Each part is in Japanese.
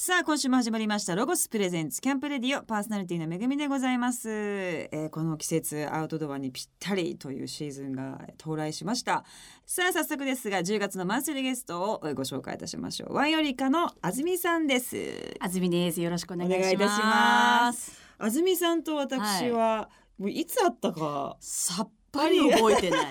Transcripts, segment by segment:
さあ今週も始まりましたロゴスプレゼンツキャンプレディオパーソナリティのめぐみでございます、えーこの季節アウトドアにぴったりというシーズンが到来しましたさあ早速ですが10月のマンスリーゲストをえーご紹介いたしましょうワイオリカのあずみさんですあずみです。よろしくお願いしお願いいたしまますす。あずみさんと私は、もういつあったかさっぱり覚え てない。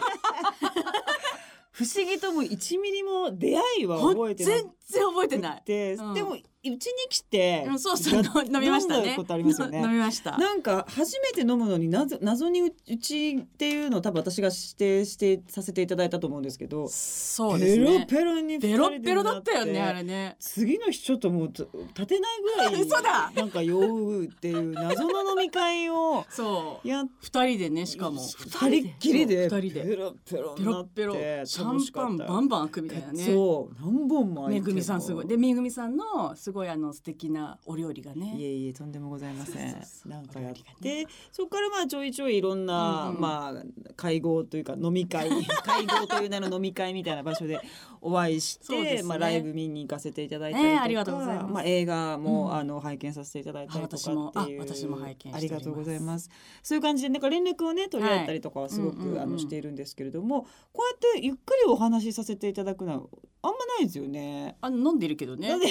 不思議とも1ミリも出会いはほん覚えてな全然覚えてないく。て、うんでもうちに来て、うん、そうそう、の飲みまし た飲んだね。ことありますよねの 飲みました。なんか初めて飲むのになぜ謎にううちっていうのを多分私が指定してさせていただいたと思うんですけど、そうでペすロね。ペロに二人ベでロッベロだったよね、なあてれね。次の日ちょっともう立てないぐらい 嘘だなんか酔うっていう謎の飲み会をそう。やっ二人でね、しかも。二人っきりでそう二人ペで。ロペロペになロッってペロ。シャンパンバンバン開くみたいなね。そう何本も開いめてぐみさんすごい。いで、めぐみさんのすごいあの素敵なお料理がね。えいえとんでもございませんそうそうそうなんかやっありてそこからまあちょいちょいいろんな、うんうんまあ会合というか飲み 会会合という名の飲み会みたいな場所でお会いしそうて、ですねまあライブ見に行かせていただいたりとか、ねえありがとうございますあ映画も、うんあの拝見させていただいたりとかってあ私もあいう私も拝見しておりますありがとうございますそういう感じでなんか連絡をね取り合ったりとかはすごく、はいうんうんうんあのしているんですけれどもこうやってゆっくりお話しさせていただくのはあんまないですよね。あ、飲んでるけどねなん。で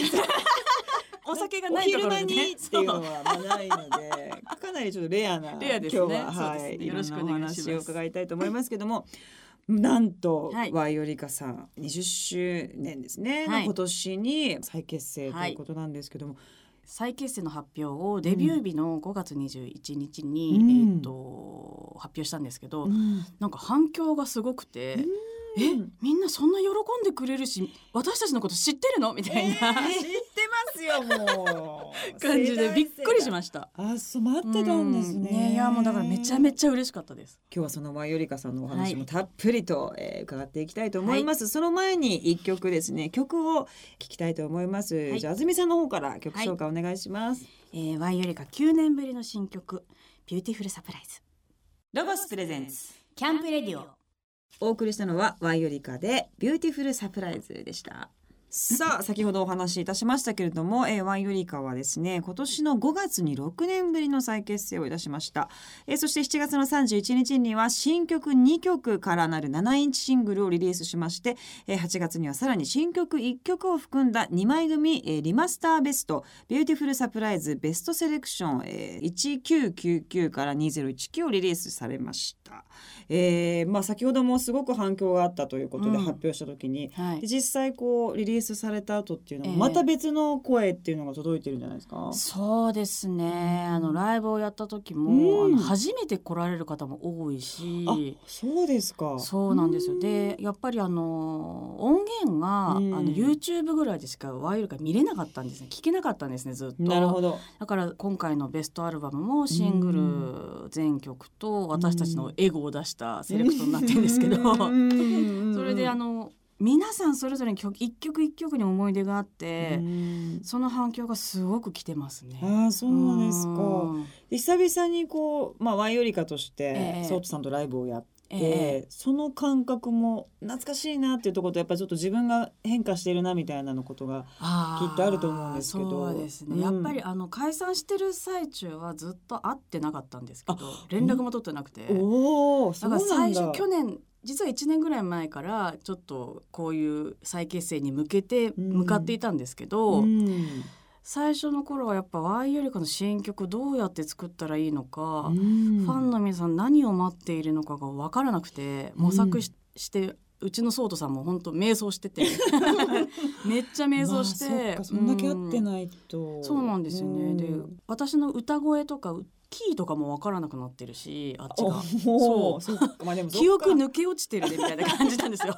お酒がないところでお昼間にね。っていうの そうはまあない ので、かなりちょっとレアなレアですね今日ははそうですい、ねいろんなおよろしくお願いします話を伺いたいと思いますけども。 なんと、はいワイオリカさん20周年ですね、はい今年に再結成とはいいうことなんですけども、再結成の発表をデビュー日の5月21日に、うんえっと発表したんですけど、うんなんか反響がすごくて、えみんなそんな喜んでくれるし私たちのこと知ってるのみたいえ な、ー知ってますよもう 感じでびっくりししました。たあそう待ってたんですね,、ういやもうだからめちゃめちゃ嬉しかったです。今日はそのワイオリカさんのお話はもいたっぷりと、えー伺っていきたいと思います、その前に一曲ですね曲を聞きたいと思います、いじゃあ安住さんの方から曲紹介お願いします、えー、ワイよりか9年ぶりの新曲ビューティフルサプライズロゴスプレゼンスキャンプレディオ。お送りしたのはワイオリカでビューティフルサプライズでしたさあ先ほどお話しいたしましたけれども、えー、ワイオリカはですね今年の5月に6年ぶりの再結成をいたしました、えーそして7月の31日には新曲2曲からなる7インチシングルをリリースしまして、えー8月にはさらに新曲1曲を含んだ2枚組、えーリマスターベストビューティフルサプライズベストセレクション、えー1999から2019をリリースされました、えーまあ、先ほどもすごく反響があったということでうん発表した時に、はいで。実際こうリリースされた後っていうのも、ええまた別の声っていうのが届いてるんじゃないですか。そうですね。あのライブをやった時も、うんあの初めて来られる方も多いし。あそうですか。そうなんですよでやっぱりあの音源が、うんあの YouTube ぐらいでしかワイルが見れなかったんですね聞けなかったんですねずっとなるほど。だから今回のベストアルバムもシングル全曲と私たちのエゴを出したセレクトになってるんですけど、 それであの、の皆さんそれぞれに曲一曲一曲に思い出があって、うんその反響がすごく来てますね。ああそうですか。うんで久々にこうまあワイオリカとしてええソートさんとライブをやって。ええその感覚も懐かしいなっていうところとやっぱりちょっと自分が変化しているなみたいなのことがあーきっとあると思うんですけどそうですね、うんやっぱりあの解散してる最中はずっと会ってなかったんですけど連絡も取ってなくてだおおそうなからんだ最初去年実は1年ぐらい前からちょっとこういう再結成に向けてん向かっていたんですけど、うん最初の頃はやっぱ Y よりかの新曲どうやって作ったらいいのか、ファンの皆さん何を待っているのかが分からなくて模索し,、てうちのソートさんも本当迷走して てめっちゃ迷走して、まあそっかそんだけ合ってい、ないと、そうなんですよね、うんで私の歌声とかキーとかも分からなくなってるしあっちおがおーそうそっかまあでもそっか 記憶抜け落ちてるねみたいな感じなんですよ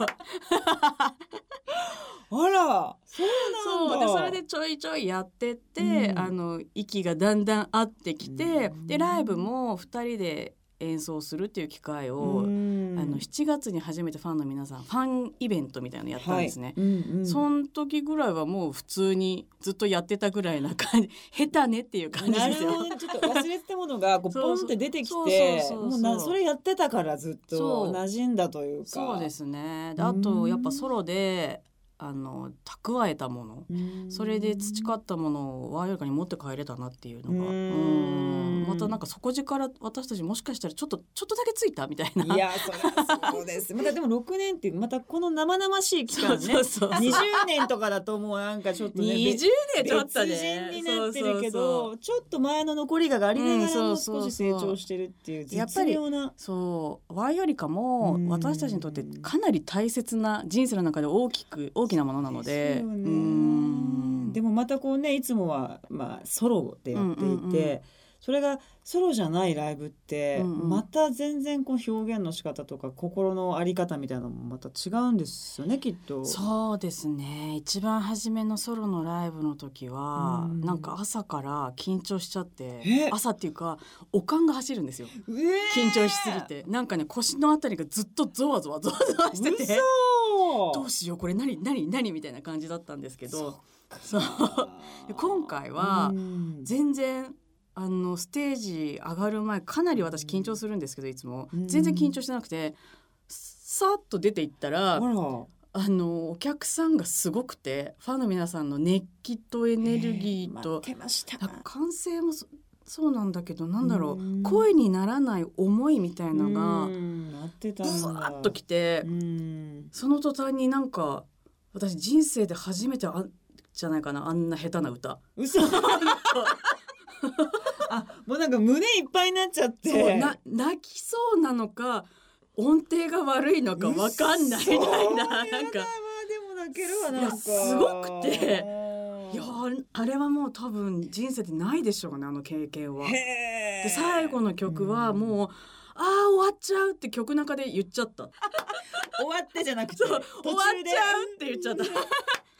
あらそうなんそうだでそれでちょいちょいやってって、うんあの息がだんだん合ってきて、うんでライブも2人で演奏するっていう機会を、うんあの7月に初めてファンの皆さんファンイベントみたいなのやったんですね。はいうんうんそん時ぐらいはもう普通にずっとやってたぐらいな感じ 下手ねっていう感じなでるすほよ。どねちょっと忘れてたものがこうポ そンうっそうて出てきそうてそうそもうそううなそれやってたからずっそとう馴染んだというかそうですねでうんあとやっぱソロであの蓄えたものそれで培ったものをワイヨリカに持って帰れたなっていうのがうーうんんまたなんか底力私たちもしかしたらちょっとちょっとだけついたみたいいな。やそれはそうです。またでも六年ってまたこの生々しい期そう間そねう。そう二十年とかだともうなんかちょっとね。 20年ちょっと別ね人になってるけそうそうそうどちょっと前の残りががありながらうもんそ少うそうしそう成長してるっていうやっぱ絶り妙なそうワイよりかもうん私たちにとってかなり大切な人生の中で大きく大きなものなのでですよねうんでもまたこうねいつもはまあソロでやっていて、うんうんうんそれがソロじゃないライブって、うんうんまた全然こう表現の仕方とか心のあり方みたいなのもまた違うんですよねきっと。そうですね一番初めのソロのライブの時は、うんなんか朝から緊張しちゃってえ朝っていうかおかんが走るんですようえー緊張しすぎて、なんかね腰のあたりがずっとゾワゾワゾワゾワしてて嘘どうしようこれ何何何みたいな感じだったんですけどそうで今回はうん全然あのステージ上がる前かなり私緊張するんですけどいつもうん全然緊張してなくてさーっと出ていったらあらあのお客さんがすごくてファンの皆さんの熱気とエネルギーえと待ってましたなんか歓声もそそうなんだけどなんだろう、うん声にならない思いみたいなうのがんなってたブんだワーッときて、うんその途端になんか私人生で初めてあんじゃないかなあんな下手な歌。嘘あもうなんか胸いっぱいになっちゃってそうな泣きそうなのか音程が悪いのかわかんないみたいな嘘なんやだわか。でも泣けるわなんかいやすごくてうんいやあれはもう多分人生でないでしょうねあの経験は。へーで最後の曲はもう、あー終わっちゃうって曲中で言っちゃった終わってじゃなくてそう終わっちゃうっ途中でて言っちゃった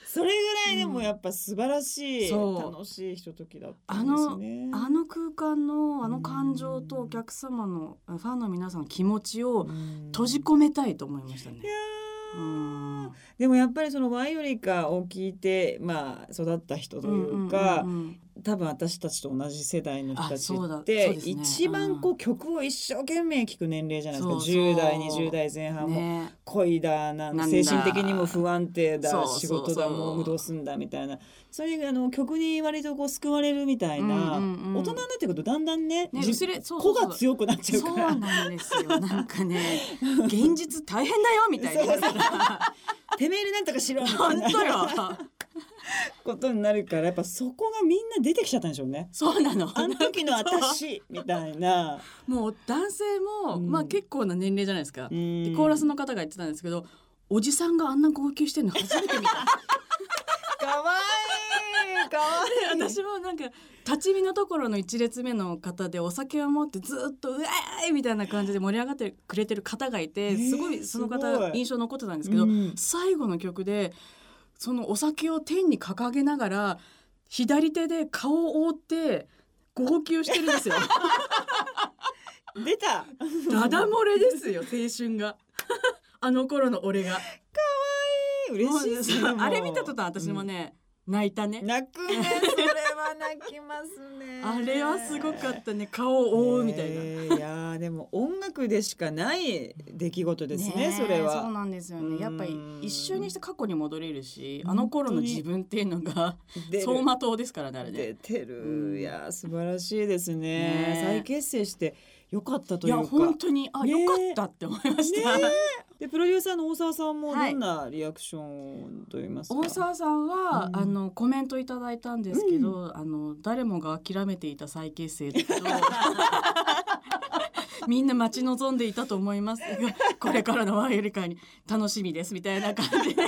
それぐらいでもやっぱ素晴らしい、そう楽しいひとときだったんですねあの空間のあの感情とお客様のファンの皆さんの気持ちをうん閉じ込めたいと思いましたねいや。うーんでもやっぱりそのワイオリカを聞いてまあ育った人というか、んんん多分私たちと同じ世代の人たあちそうだっそてうですね一番こう曲を一生懸命聴く年齢じゃないですか、そうそう10代20代前うん半もね恋だなんなだんだ精神的にも不安定だそうそうそう仕事だもうどうすんだみたいなそういうあの曲に割とこう救われるみたいな、うんうんうん大人になってくるとだんだんねねじ薄れそうそ子うそうが強くなっちゃうそかうら。なんですよなんか ね現実大変だよみたいそうそうな てめえでなんとかしろみたい 本な当よ ことになるからやっぱそこがみんな出てきちゃったんでしょうね。そうなのあの時の 私みたいな。もう男性も、うんまあ結構な年齢じゃないですか、ででコーラスの方が言ってたんですけどおじさんがあんな号泣してるの初めて 見たかわいいかわいい。で私もなんか立ち見のところの1列目の方でお酒を持ってずっと「うわーい!」みたいな感じで盛り上がってくれてる方がいて、えーすごいそのすご方い印象残ってたんですけど、うん最後の曲でそのお酒を天に掲げながら左手で顔を覆って号泣してる んですよ。出た。ダダ漏れですよ青 春があの頃の俺が嬉しいですねも うもうあれ見た途端私もね、泣いたね泣くね。それは泣きますね。あれはすごかったね顔を覆うみたいな、えーいやーでも音楽でしかない出来事ですねえそれそうは。なんですようんねやっぱり一瞬にして過去に戻れるしあの頃の自分っていうのが出る 走馬灯ですからねあれ出ねてうるんいやー素晴らしいですねねえ再結成してよかったといいうやか。本当にあ、ねえよかったって思いました、ね でプロデューサーの大沢さんもはいどんなリアクションと言いますか。 大沢さんは、うんあのコメントいただいたんですけど、あの誰もが諦めていた再結成だけど みんな待ち望んでいたと思いますがこれからのワイより会に楽しみですみたいな感じで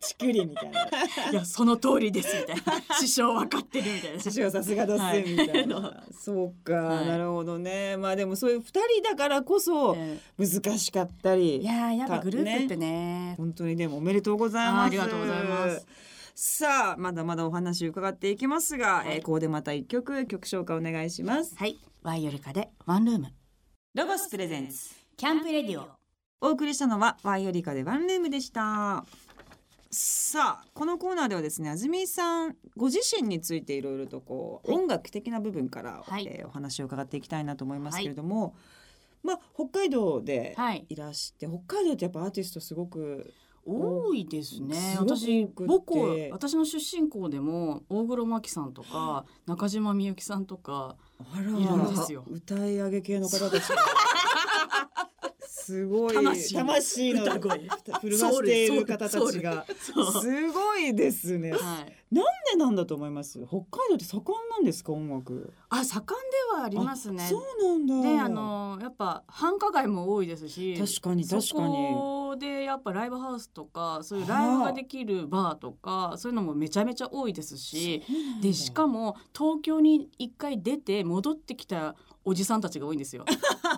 ちくりみたいな。 いやその通りですみたい な師匠わかってるみたいな師匠さすがだっすみたいな、はそうか、はいなるほどねまあでもそういう二人だからこそえ難しかったえいり、やーやっぱグループってね本当にでもおめでとうございますあーありがとうございますさあまだまだお話伺っていきますが、はいえーここでまた一曲曲紹介お願いしますはいワイよりかでワンルームロゴスプレゼンツキャンプレディオお送りしたのはワイオリカでワンルームでしたさあこのコーナーではですねあずみさんご自身についていろいろとこう、はい音楽的な部分から、はいえーお話を伺っていきたいなと思いますけれども、まあ北海道ではいいらして、北海道ってやっぱアーティストすごく多いですねすごく多く私て母校私の出身校でも大黒摩季さんとか中島みゆきさんとかあらいるんですよ歌い上げ系の方 たちがすごい魂の魂の歌声震わしている方たちがそうすごいですね。なんはいでなんだと思います。北海道って盛んなんですか音楽。あ盛んではありますねそうなんだ。であのやっぱ繁華街も多いですし確かに確かにそこでやっぱライブハウスとかそういうライブができるバーとかそういうのもめちゃめちゃ多いですしでしかもも東京に一回出て戻ってきたおじさんたちが多いんです よ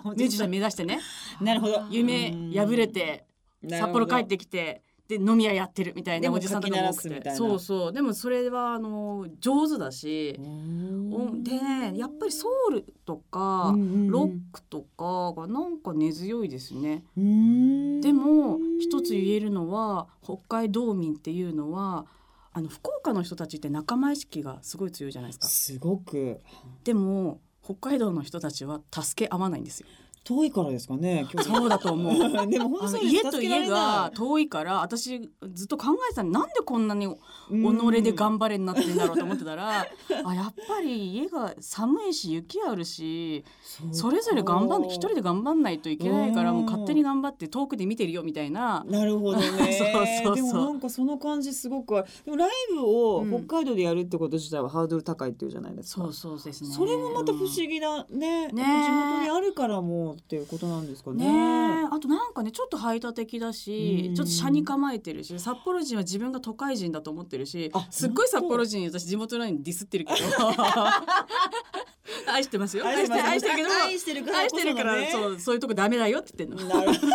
ミュージシャン目指してねなるほど夢破れて札幌帰ってきてで飲み屋やってるみたいでなもおじさんとかも多かき鳴らすみくたいてなそうそうでもそれはあの上手だしお音でねやっぱりソウルとか、ロックとかがなんか根強いですね。でも一つ言えるのは北海道民っていうのはあの福岡の人たちって仲間意識がすごい強いじゃないですか。すごくでも北海道の人たちは助け合わないんですよ。遠いからですかね。距離 そうだと思う。でもあ本当のに家と家が遠いから私ずっと考えてたのなんでこんなに己張で頑張れになってんだろうと思ってた ら、あやっぱり家が寒いし雪あるしそれぞれ頑張ん一人で頑張んないといけないからうんもう勝手に頑張って遠くで見てるよみたいななるほどね そうそうそうでもなんかその感じすごくあるでもライブをうん北海道でやるってこと自体はハードル高いっていうじゃないですか、そうそうですねそれもまた不思議なね,、ね地元にあるからもうっていうことなんですかねねえあとなんかねちょっと排他的だし、うんちょっと車に構えてるし札幌人は自分が都会人だと思ってるしあすっごい札幌人私地元の人にディスってる けど愛してますよ愛して愛してるけど愛してるから愛してるからそううそういうとこダメだよって言ってんの。な るほど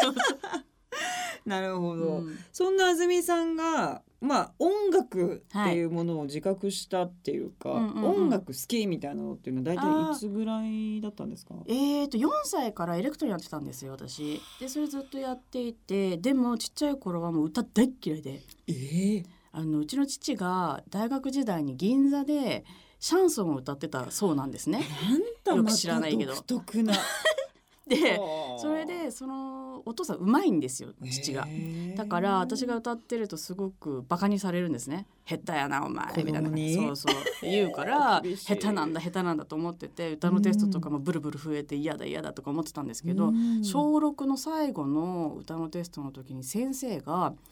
なるほど、うんそんなあずみさんがまあ音楽っていうものを自覚したっていうか、はいうんうんうん音楽好きみたいなのっていうのは大体いつぐらいだったんですかえー、と4歳からエレクトリンやってたんですよ私でそれずっとやっていてでもちっちゃい頃はもう歌大っ嫌いでええあのうちの父が大学時代に銀座でシャンソンを歌ってたそうなんですね。なんだよまく知らないたけど独特なで そそれでそのお父さんうまいんですよ父が。だから私が歌ってるとすごくバカにされるんですね「下手やなお前」子供みたいなにそうそうって言うから 厳しい下手なんだ下手なんだと思ってて歌のテストとかもブルブル増えて嫌だ嫌だとか思ってたんですけど、小6の最後の歌のテストの時に先生が「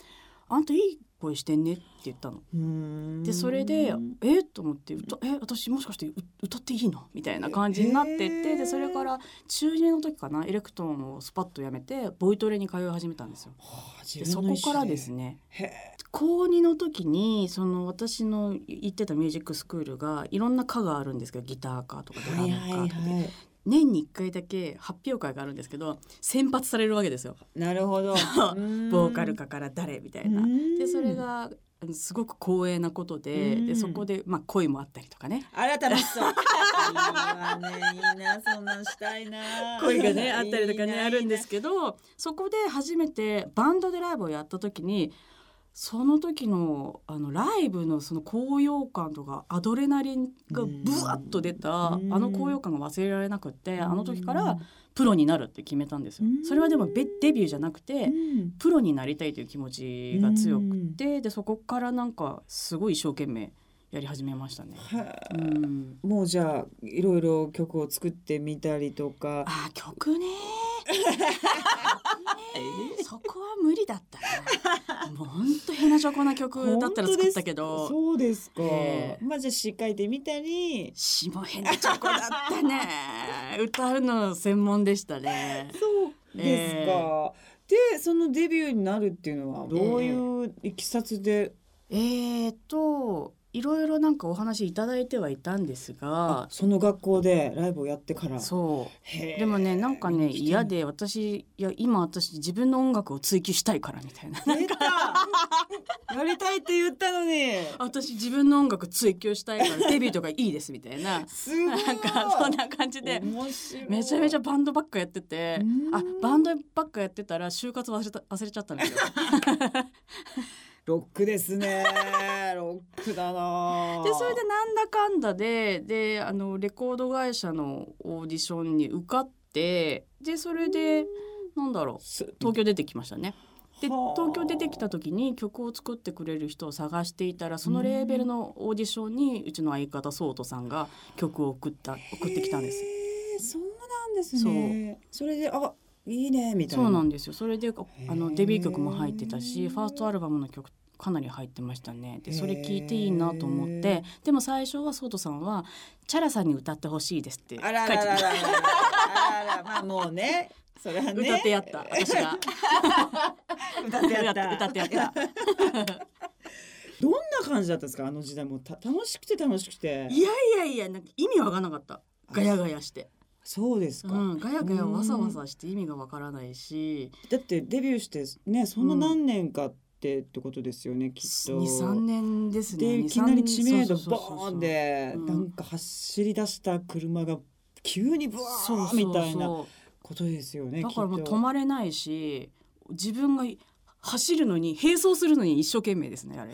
あんたいい声してんね」って言ったの。でそれで「えっ?」と思って歌「え私もしかしてう歌っていいの?」みたいな感じになってって、えーでそれから中2の時かなエレクトーンをスパッとやめてボイトレに通い始めたんですよ。でそこからですねねへ高2の時にその私の行ってたミュージックスクールがいろんな科があるんですけどギター科とかドラはムい科とか、はいは年に1回だけ発表会があるんですけど選抜されるわけですよ。いなるほどボ ボーーカル科から誰みたいな。でそれがあのすごく光栄なことでうんでそこで、まあ、恋もあったりとか ねあら楽しそういいわねいいなそんなんしたいな恋が ねあったりとかねあるんですけけどそこで初めてバンドでライブをやった時にその時のあのライブのその高揚感とかアドレナリンがブワッと出たあうんの高揚感が忘れられなくってあの時からプロになるって決めたんですようん。それはでもベデビューじゃなくてプロになりたいという気持ちが強くてでそこからなんかすごい一生懸命やり始めましたね。うん、もうじゃあいろいろ曲を作ってみたりとかあー曲ね曲ねそこは無理だった なもうほんとへなちょこな曲だったら作ったけ本ど当ですそうですえかまあじゃあ詩書いてみたり下へなちょこだったね歌うの専門でしたねそうですか、でそのデビューになるっていうのはどういういきさつで、えーといろいろなんかお話いただいてはいたんですがその学校でライブをやってからそうへーでもねなんかね来て嫌で私いや今私自分の音楽を追求したいからみたいな出 たやりたいって言ったのに私自分の音楽追求したいからデビューとかいいですみたいなすごいなんかそんな感じで面白いめちゃめちゃバンドばっかやっててうんあバンドばっかやってたら就活忘れた忘れちゃった んですよ。ロックですねロックだなでそれでなんだかんだでであのレコード会社のオーディションに受かってでそれでなんだろうす東京出てきましたね。ではあ東京出てきた時に曲を作ってくれる人を探していたらそのレーベルのオーディションにうちの相方ソートさんが曲を送った送ってきたんです。へーそうなんですね。それであいいねみたいそな。うなんでですよそれであへのえデビュー曲も入ってたしファーストアルバムの曲かなり入ってましたねでそれ聞いていいなと思っへえてでも最初はソートさんは「チャラさんに歌ってほしいです」って書いあてらららららたら。あららまあもうね。それはね。歌ってやった私が歌ってやった。 歌ってやった。どんな感じだったんですかあの時代もうた楽しくて楽しくて。いやいやいやなんか意味わからなかったガヤガヤして、そうですか。うん、ガヤガヤわさわさして意味がわからないしだってデビューしてねそんな何年かってってことですよね、きっと。 23年ですねでい2きなり知名度そうそうバそうそうーンでうんなんか走り出した車が急にブワそうそうーそうみたいなことですよね。だからもうきっと止まれないし自分が走るのに並走するのに一生懸命ですねあれ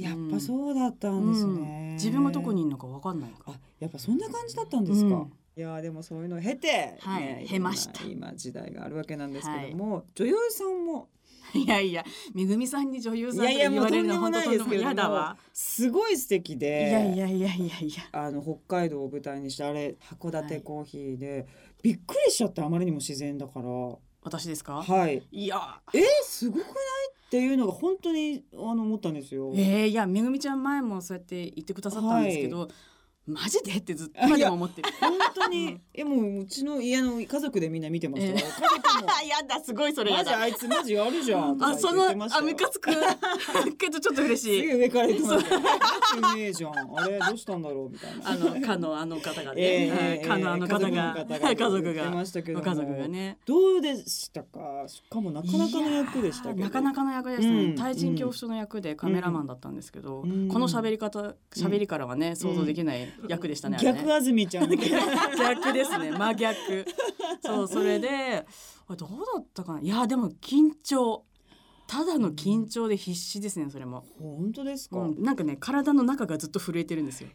やっぱそうだったんですね。うん自分がどこにいるのかわかんないからあやっぱそんな感じだったんですか。うんいやーでもそういうのを経て、はいね経ました今今時代があるわけなんですけども、女優さんもいやいやめぐみさんに女優いさんやといや言もうわとれんるのでもは本ない当でにすもけれうど嫌だもわすごい素敵いでやいやいやいやいやあの北海道を舞台にしてあれ函館コーヒーで、びっくりしちゃってあまりにも自然だから私ですかはいいやえー、すごくないっていうのが本当にあの思ったんですよ。えー、いやめぐみちゃん前もそうやって言ってくださったんですけど、マジでってずっと今でも思ってる 本当 に、えもううちの家の家族でみんな見てましたよ。家族もやだすごいそれマやジだあいつマジやるじゃん。とかあ言ってそ言のってましたあよムカつく けどちょっと嬉しすいげえ上から言ってますよ。うめえじゃん。あれどうしたんだろうみたいな。あのかのあの方がええね、はいええかのあの家方が族のはい家族言ってがましたけどごも家族がね。どうでしたか。しかもなかなかの役でしたけいど。やーなかなかの役でしたね、うん対人恐怖症の役でカメラマンだったんですけど、うんこの喋り方喋りからはね、想像できない役でしたね,あれね、逆安住ちゃん みたいな。逆ですね真逆そうそれであどうだったかないやでも緊張ただの緊張で必死ですねそれも、本当ですか。う緊ん、なんかね体の中がずっと震えてるんですよ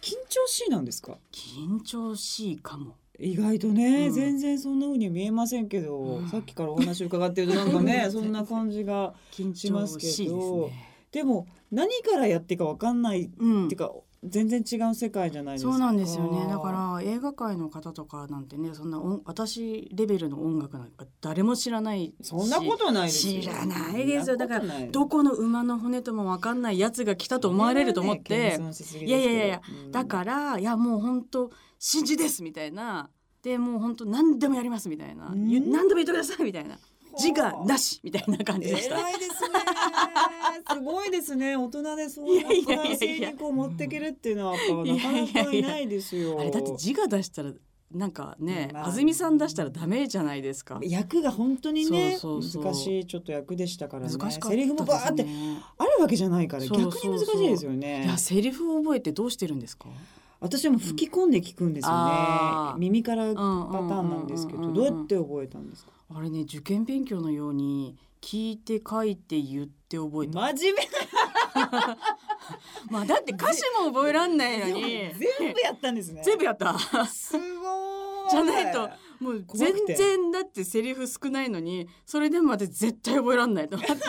張しいなんですか。緊張しいかも意外とね、うん全然そんな風に見えませんけど、うんさっきからお話伺ってるとなんか ねそんな感じが緊しま張すけどしいですねでも何からやっていいかわかんない、っうんていうか全然違う世界じゃないですかそうなんですよねだから映画界の方とかなんてねそんな音私レベルの音楽なんか誰も知らないしそんなことないですよ知らないですよだからそんなことないどこの馬の骨とも分かんないやつが来たと思われると思って、いやいやいやいや、だらからいやもう本当信じですみたいなでもう本当何でもやりますみたいな、うんゆ何でも言ってくださいみたいな自我なしみたいな感じでした。偉いですね。すごいですね。大人でそういういやいやいやいや男性にこう持ってけるっていうのはやっぱなかなかいないですよ。あれだって自我出したらなんかね、まあ安住さん出したらダメじゃないですか。役が本当にねそうそうそう難しいちょっと役でしたからね。難しかったでセリす、ね、フもバーってあるわけじゃないからそう逆そうにそう難しいですよね。いやセリフを覚えてどうしてるんですか、私はもう吹き込んで聞くんですよね。あー耳からパターンなんですけうんうんどうんうんどううやんって覚えたんですか。あれね受験勉強のように聞いて書いて言って覚えてま真面目あだって歌詞も覚えらんないのに全部やったんですね。 全部やったすごい。じゃないともう怖全くて然だってセリフ少ないのにそれでも私絶対覚えらんないと 思って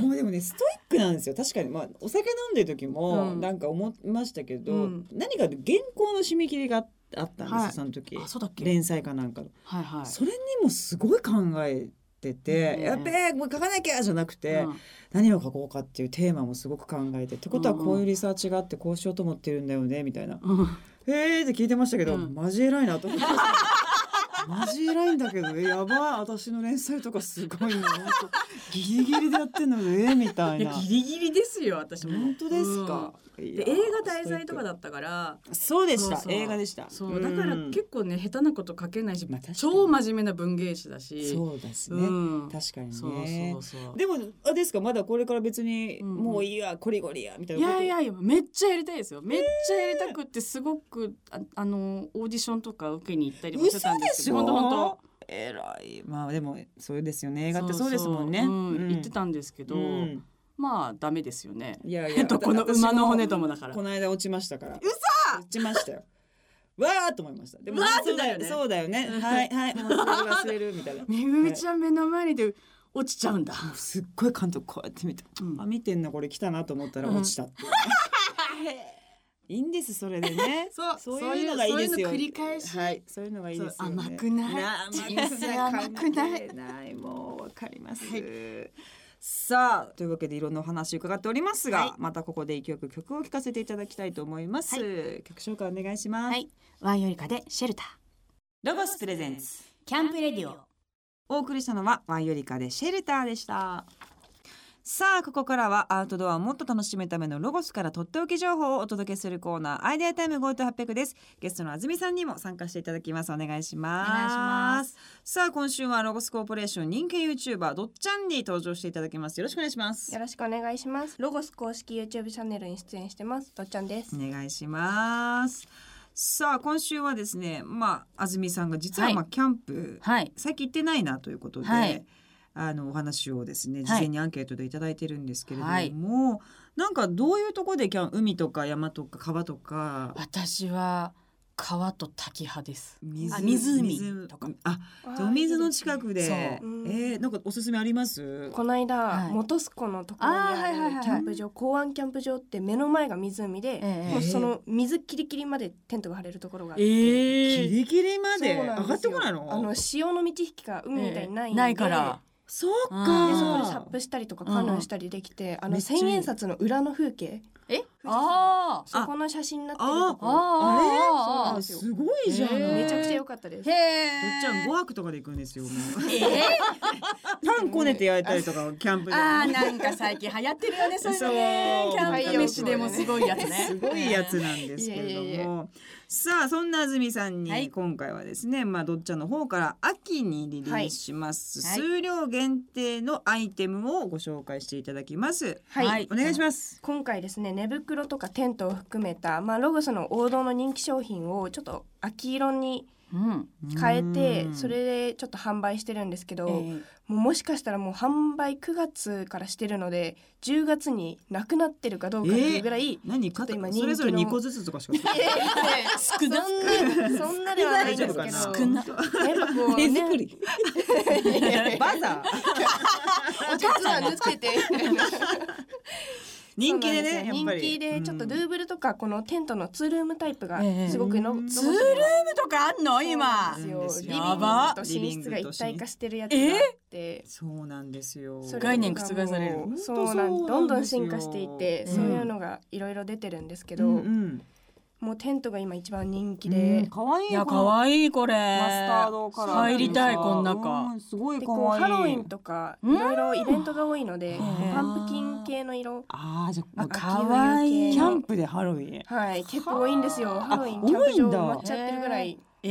もうでもねストイックなんですよ確かにまあお酒飲んでる時もうんなんか思いましたけど、うん何かで原稿の締め切りがあったんですよ、はいその時あそうだっけ連載かなんかの、はいはいそれにもすごい考えてて、うんやっべえもう書かなきゃじゃなくて、うん何を書こうかっていうテーマもすごく考えてってことはうんうんこういうリサーチがあってこうしようと思ってるんだよねみたいなうん「へえ」って聞いてましたけど、うんマジ偉いなと思ってました。マジ偉いんだけどえやばい私の連載とかすごいなほんとギリギリでやってんのええみたいいやな。ギリギリですよ私も本当ですか、ういんやでー映画題材とかだったからそうでしたそうそう映画でしたそうだからん結構ね下手なこと書けないし、まあ確かに超真面目な文芸師だしそうですね、うん確かにねそうそうそうでもあれですかまだこれから別に、うんもういいやこりごりやみたいいなことやいやいやめっちゃやりたいですよめっちゃやりたくってすごくああのオーディションとか受けに行ったりもして嘘たんでですしけどょ本当本えらいまあでもそうですよね当映画ってそうですもんねううん言ってたんですけど、うんまあダメですよね いやいやとこの私馬の骨ともだからこの間落ちましたから嘘落ちましたよわーと思いました。でもわーってそうだなるよよねね。そうだよね。はいはいもうそれ忘れるみた いな。めぐみちゃん目の前にで落ちちゃうんだ、すっごい監督こうやって見て、うんあ見てんなこれ来たなと思ったら落ちたっていう。 いいんですそれでね。そうそういうのがいいですよ。そういうの繰り返しはい、そういうのがいいですよ、ね。そう甘くない人生甘くない関係ないもうわかります。さあというわけでいろんなお話伺っておりますが、はいまたここで一曲曲を聴かせていただきたいと思います。曲紹介お願いします。はいワンよりかでシェルターロゴスプレゼンツ。キャンプレディオお送りしたのはワイオリカでシェルターでしたさあここからはアウトドアをもっと楽しむためのロゴスからとっておき情報をお届けするコーナーアイデアタイム GoTo800 ですゲストのあずみさんにも参加していただきますお願いしますお願いしますさあ今週はロゴスコーポレーション人気 YouTuber どっちゃんに登場していただきますよろしくお願いしますよろしくお願いします。ロゴス公式 YouTube チャンネルに出演してます。とっちゃんですお。願いしますさあ今週はですねまああずみさんが実はまあはキャンプはい最近行ってないなということで、はいあのお話をですねい事前にアンケートでいただいてるんですけれども、はいなんかどういうとこでキャン海とか山とか川とか私は川と滝派です水あ湖水とかあじゃあお水の近くでそうえー、なんかおすすめありますこの間、はい本栖湖のところにあーはいはいあはるいキャンプ場、港湾キャンプ場って目の前が湖えで、えもうその水キリキリまでテントが張れるところがあっえて、ギリギリまでそう上なんですよがってこないあのの潮の満ち引きが海みたいにないんで、ないからそうかうんであーそこでサップしたりとかカヌーしたりできて、あめのっちゃいい千円札の裏の風景えああそこの写真になってるところああすごいじゃない、へーめちゃくちゃ良かったですへえどっちゃん5泊とかで行くんです よもうえパンこねて焼いたりとかキャンプであーなんか最近流行ってるよねそういうのねそうキャンプ飯でもすごいやつね すごいやつなんですけれどもいやいやいさあそんな安住さんはにい今回はですね、まあどっちゃんの方から秋にリリースします、はい数量限定のアイテムをご紹介していただきますはいお願いします今回ですね寝袋とかテントを含めた、まあ、ロゴスの王道の人気商品をちょっと秋色にうん変えうてんそれでちょっと販売してるんですけど、えーもうもしかしたらもう販売9月からしてるので10月になくなってるかどうかっていうぐらい、何かちょっと今人気のそれぞれ2個ずつと かしか少なそんなではないんですけど大や丈っ夫ぱか少なこう ねりバザーお手伝いつけて人気でそうねやっなんすよぱり人気でちょっとルうんーブルとかこのテントのツールームタイプがええすごくの、うんロゴスツールにーはムとかあんの今そうなんですよリビやングばと寝室が一体化してるやつえがあって、そうなんですよそれが概念覆されるもうそ本当そうなんうなんですよどんどん進化していて、うんそういうのがいろいろ出てるんですけうど、んうんもうテントが今一番人気うでん、可愛いいやこの可愛いこれマスタードカラー入りたいこのう中んすごいで可こう愛いハロウィンとかいうんろいろイベントが多いので、えパンプキン系の色、ああじゃああもうキ可愛いャンプでハロウィンはい結構多いんですよ。ハロウィン多キャンいんプだ場埋まっちゃってるぐらい、ええク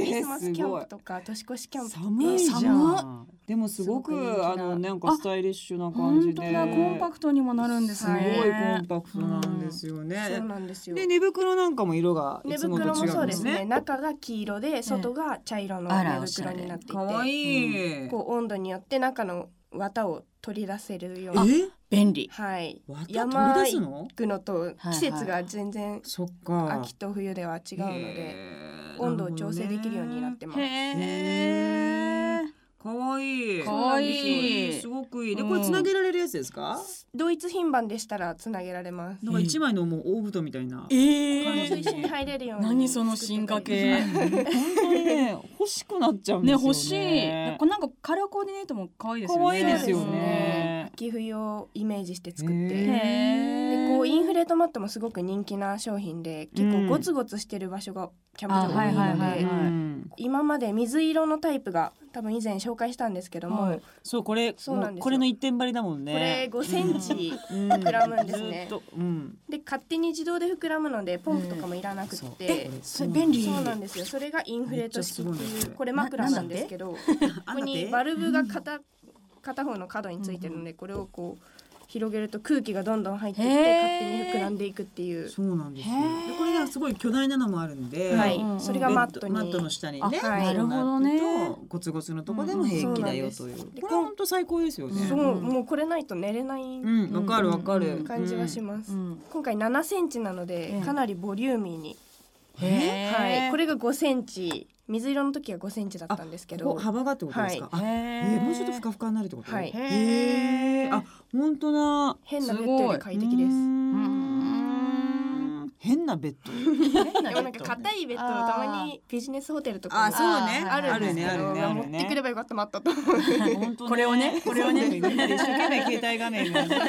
えリスマスキャンプとか年越しキャンプとか、寒いじゃん寒でもすごすごく人気くなあのなんかスタイリッシュな感じで本当だコンパクトにもなるんですすごねいコンパクトなんですよそうねなんですよ。で寝袋なんかも色がい寝つもと袋も違そううでんですすねね中が黄色で外が茶色のあら寝袋になっていて、可愛いこう温度によって中の綿を取り出せるようなえ便利はい綿山取り出す行のくのとはい季節が全然そっか秋と冬では違うのでへー温度を調整できるようになってます、へえかわいいかわいいすごくいいでうんこれつなげられるやつですか同一品番でしたらつなげられますなんか一枚のもう大布団みたいなえ彼え女一緒に入れるように何その進化系本当にね欲しくなっちゃうんねですよね欲しいなんかカラーコーディネートも可愛いですよね可愛いですよね秋冬をイメージして作って、へーででこうインフレートマットもすごく人気な商品で結うん構ゴツゴツしてる場所がキャンプ場多いので、あはいはいはいはいうん今まで水色のタイプが多分以前紹介したんですけども、はいそうこれそうなんですよもうこれの一点張りだもんこれね5センチうん膨らむんですねずっとうんで勝手に自動で膨らむのでポンプとかもいらなくそうって、それ便利そうなんですよそれがインフレート式ってめっちゃすごいいねうこれ枕なんですけどこあこだっにてバルブが片片方の角についてるのでこれをこう広げると空気がどんどん入ってきてへー勝手に膨らんでいくっていうそうなんですよへでーこれがすごい巨大なのもあるんではいうんそれがマットにマットの下にねあはい色があってとなるほどゴツゴツのとこでも平気だよといううんそうなんですこれ本当最高ですよねそううんもうこれないと寝れないうんわかるわかうるん感じはします、うん今回7センチなのでうんかなりボリューミーにへーはい、これが5センチ水色の時は5センチだったんですけこどこ幅がってことですか。あえーもうちょっとふかふかになるってこと。はいへえ。あ、本当だ。変なベッドより快適ですうーすん変なベッド。変なでもなんか硬いベッドをたまにビジネスホテルとかあ、にそうね。あーああるるんでね。すあけど、るね。ある持ってくれね。ばよかったなと思って。本当これをねこれをねそうだ一生懸命携帯画面がね。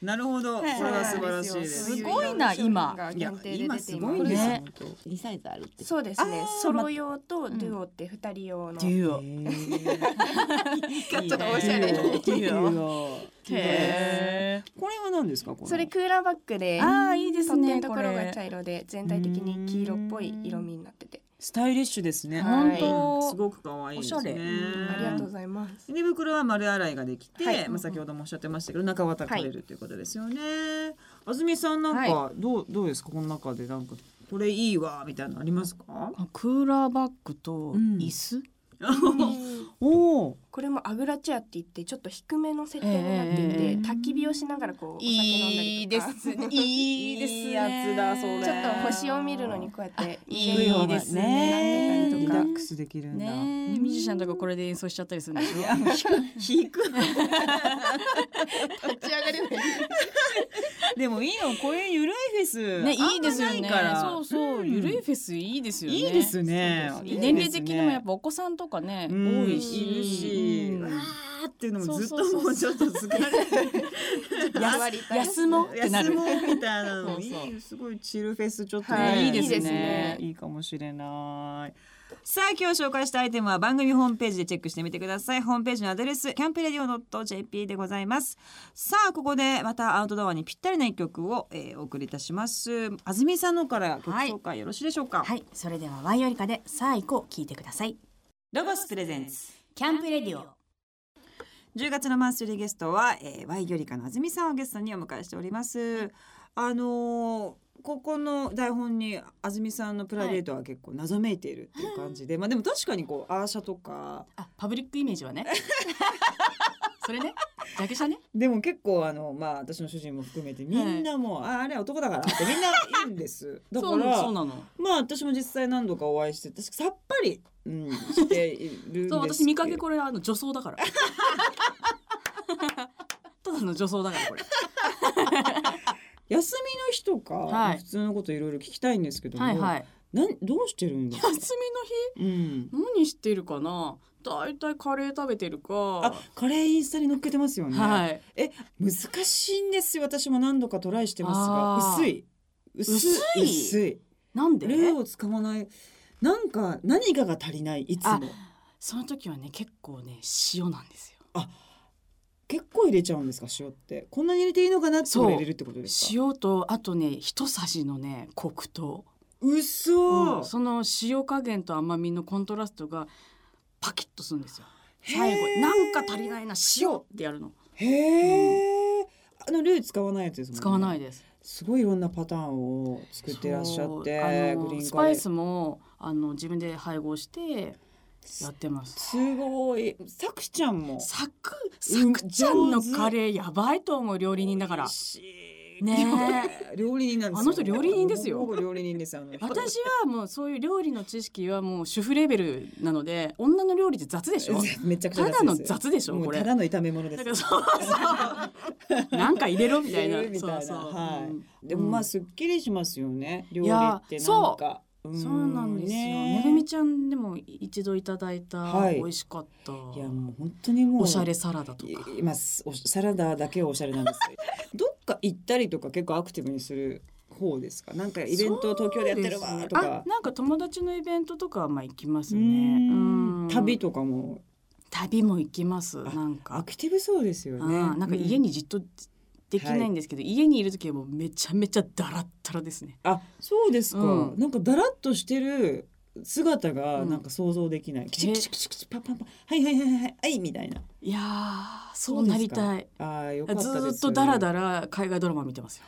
なるほど。これはいは素晴らしいそうなんでですすよ。すごいな今そうういやのが限定で今出すていまごいねです。ね本当二サイズあるって。そうですあねー。ソロ用とんデュオって二人用の。デュオちちょっとおしゃれいいいいよへこれは何ですかこれそれクーラーバッグで。あーいいですね取っ手のところが茶色で全体的に黄色っぽい色味になってて。スタイリッシュですねはい本当すごく可愛いですねおしゃれありがとうございま す。寝袋は丸洗いができて、はいまあ先ほどもおっしゃってましたけど中綿取れるということですよね。安住さんなんかどうどうですかこの中でなんかこれいいわみたいなのありますか？あクーラーバッグとうん椅子、おおこれもアグラチェアって言ってちょっと低めの設定になっていて、ええ焚き火をしながらこうお酒飲んだりとか。ねいいですねいいやつだそれちょっと星を見るのにこうやっていいよですねリリララッッククスできるんだ。ねえミュージシャンとかこれで演奏しちゃったりするんでしょ引く。立ち上がれないでもいいのこういうゆるいフェス。ね、いいですよあんねまないからそうそう、んゆるいフェスいいですよねいいですね。そうですね年齢的にもやっぱお子さんとかね、うん多いしいるし、うんわーっていうのもずっとそうそうそうもうちょっと疲 れてやわりたい休もうってな休るもうみたいなのそうそういいすごいチルフェスちょっとね、はいいいですねいいかもしれないさあ今日紹介したアイテムは番組ホームページでチェックしてみてくださいホームページのアドレスキャンプレディオ .jp でございますさあここでまたアウトドアにぴったりな一曲を、えー、お送りいたします安住さんの方から曲紹介よろしいでしょうか、はい、それではワイよりかでさあ行こう聞いてください。ロゴスプレゼンツキャンプレディオ。 10月のマンスリーゲストは、えー、ワイよりかのあずみさんをゲストにお迎えしております。あのーここの台本にあずみさんのプライベートは結構謎めいているっていう感じで、まあでも確かにこうアーシャとかあパブリックイメー ジはねそれねジャケ写ねでも結構あのまあ私の主人も含めてみんなもう、ああれは男だからってみんな言うん です。だそかうならそうなのまあ私も実際何度かお会いして確かさっぱり、うん、しているんですけそどう私見かけこれあの女装だから ただの女装だからこれ休みの日とか、はい普通のこといろいろ聞きたいんですけども、はいはいなんどうしてるんです休かみの日うん何してるかなだいたいカレー食べてるあか、カレーインスタに載っけてますよね。はい難しいんですよ。私も何度かトライしてますが、あー薄い。薄い。薄い薄い。なんで例をつかまない。なんか何かが足りないいつもあ。その時はね結構ね塩なんですよ結構入れちゃうんですか塩って。こんなに入れていいのかなってそう入れれるってことですか。塩とあとね一さじのね黒糖嘘。その塩加減と甘みのコントラストがパキッとするんですよ最後へーになんか足りないな塩ってやるのへえ。あのルー使わないやつですもんね。使わないですすごいいろんなパターンを作ってらっしゃっそうあて、のグリーンカレー。スパイスもあの自分で配合してやってますすごい。さくちゃんも。サクうサんクちゃんのカレーやばいと思う料理人だから美味しいね 料理人なんですよあの人料理人ですよ僕料理人ですあの人私はもうそういう料理の知識はもう主婦レベルなので女の料理って雑でしょ めちゃくちゃただのです雑でしょもうこれただの炒め物でだすからそうそう。 なんか入れろみたいな。 入れるみたいなそうそうはいうんでもまあすっきりしますよね料理ってなんかんそうなんですよ。ねめぐみちゃんでも一度いただいたはい美味しかった。いやもう本当にもうおしゃれサラダとか。今おしサラダだけはおしゃれなんですよ どっか行ったりとか結構アクティブにする方ですかなんかイベントを東京でやってるわとそうですねかあ、なんか友達のイベントとかはまあ行きますね。うんうん旅とかも旅も行きます。なんアか、クティブそうですようねんなんか家にじっとできないんですけど、家にいる時はもうめちゃめちゃダラッダラですね。あそうですか、うんなんかだらっとしてる姿がうんなんか想像できない、キチキチキチキチパンパンパンはいはいはいはいはいはいみたいないやーそうなりたい。あーよかったずですーっとダラダラ海外ドラマ見てますよ。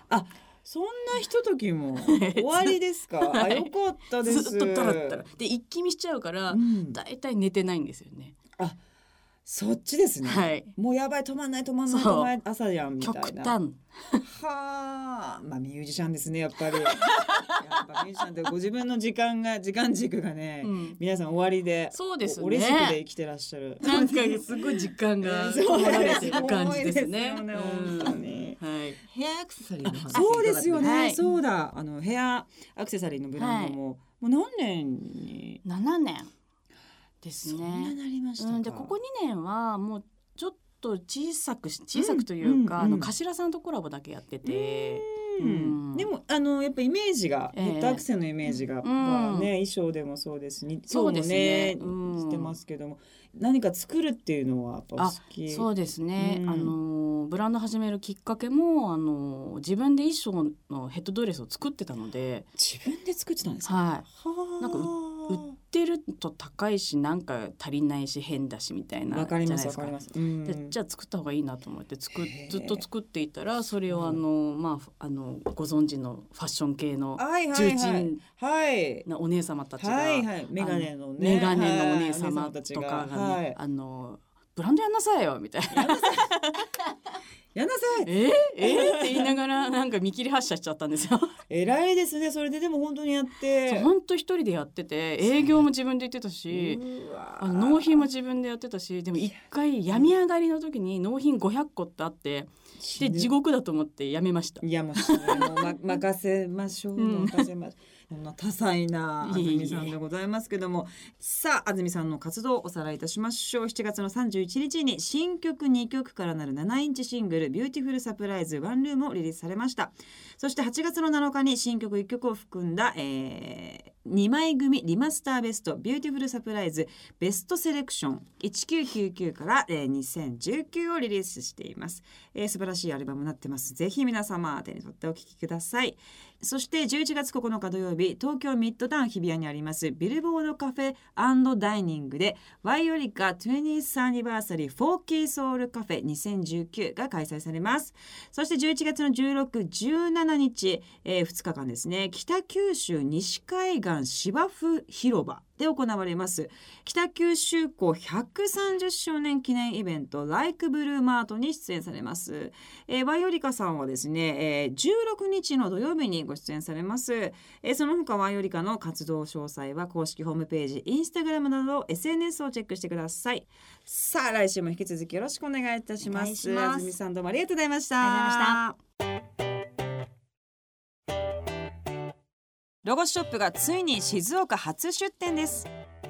そんなひととき も終わりですかあよかったですずっとだらったらで一気見しちゃうからうんだいたい寝てないんですよね。そっちですね、はい。もうやばい止まんない止まんないそう止まんない朝やんみたいな極端。 はあまあミュージシャンですねやっぱりやっぱゆうちゃんってご自分の時間が時間軸がね、うん皆さん終わりでそうですお俺軸でね生きてらっしゃるな んかすごい実感がそう込ですめられてる感じですね重いですよねう本ん当にはいヘアアクセサリーの話そうですよね、はいそうだあのヘアアクセサリーのブランドも、もう何年に7年ですそんなね。なりましたか、うん、でここ2年はもうちょっと小さくし小さくというか、うんうんうんあの頭さんとコラボだけやってて、うんうんでもあのやっぱイメージが、ええヘッドアクセのイメージが、んまあね衣装でもそうですし、そうですね今日もねうんしてますけども、何か作るっていうのはやっぱお好き。そうですね、うんあのブランド始めるきっかけもあの自分で衣装のヘッドドレスを作ってたので、自分で作ってたんですか。はい、はなんかう売ってると高いしなんか足りないし変だしみたいなわかりますじゃわかなりいま。ですうんでじゃあ作った方がいいなと思って作っへえずっと作っていたらそれうんをあの、まああのご存知のファッション系のはいは重いはい鎮はい。なお姉様たちが、はいはい、メガネのね。メガネのお姉はい様おたちとかがね、はいあのブランドやんなさいよみたいな やんなさ「いええ って言いながらなんか見切り発車しちゃったんですよ。偉いですね。それででも本当にやって。そう本当一人でやってて営業も自分で行ってたし。うわあの納品も自分でやってたしでも一回病み上がりの時に納品500個ってあってで地獄だと思ってやめましたいやもうしもう、ま、任せましょう、うん任せましょうそんな多彩な安いえいえ住さんでございますけどもさあ安住さんの活動をおさらいいたしましょう7月の31日に新曲2曲からなる7インチシングル「ビューティフルサプライズワンルームをリリースされましたそして8月の7日に新曲1曲を含んだ、え2枚組リマスターベスト「ビューティフルサプライズベストセレクション1999から、えー2019をリリースしています、えー素晴らしいアルバムになってますぜひ皆様手に取ってお聞きくださいそして11月9日土曜日東京ミッドタウン日比谷にありますビルボードカフェダイニングでワイオリカ 20th アニバーサリー 4K ソウルカフェ2019が開催されますそして11月の1617日、え2日間ですね北九州西海岸芝生広場で行われます北九州港130周年記念イベント「ライクブルーマート」に出演されます、えー、バイオリカさんはですね、えー、16日の土曜日にご出演されます、えーその他ワイオリカの活動詳細は公式ホームページインスタグラムなど SNS をチェックしてくださいさあ来週も引き続きよろしくお願いいたしおま願すいします安住さんどうもありがとうございましたありがとうございまロゴスショップがついに静岡初出店です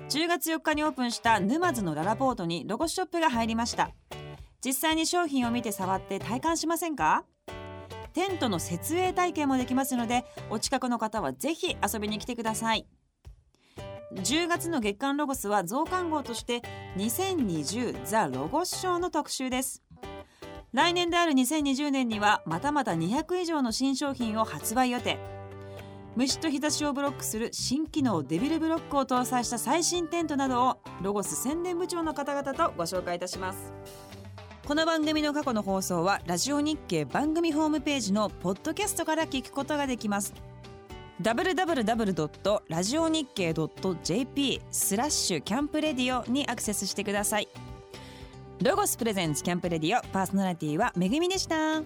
10月4日にオープンした沼津のララポートにロゴスショップが入りました実際に商品を見て触って体感しませんかテントの設営体験もできますのでお近くの方はぜひ遊びに来てください10月の月間ロゴスは増刊号として2020ザ・ロゴス賞の特集です来年である2020年にはまたまた200以上の新商品を発売予定虫と日差しをブロックする新機能デビルブロックを搭載した最新テントなどをロゴス宣伝部長の方々とご紹介いたしますこの番組の過去の放送はラジオ日経番組ホームページのポッドキャストから聞くことができます www.radionickei.jp スラッシュキャンプレディオにアクセスしてくださいロゴスプレゼンツキャンプレディオパーソナリティはめぐみでした